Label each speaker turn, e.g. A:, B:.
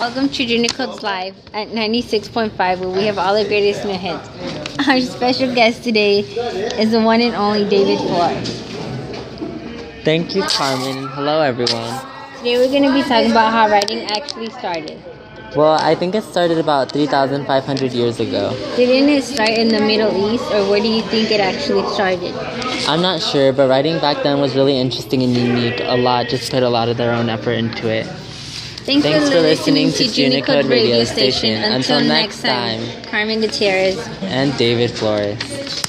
A: Welcome to Junior Codes Live at 96.5, where we have all the greatest new hits. Our special guest today is the one and only David Ford.
B: Thank you, Carmen, and hello, everyone.
A: Today we're going to be talking about how writing actually started.
B: Well, I think it started about 3,500 years ago.
A: Didn't it start in the Middle East, or where do you think it actually started?
B: I'm not sure, but writing back then was really interesting and unique. A lot just put a lot of their own effort into it.
A: Thanks,
B: Thanks for listening to Junicode
A: Junicode
B: Radio Station. Until next time.
A: Carmen Gutierrez.
B: And David Flores.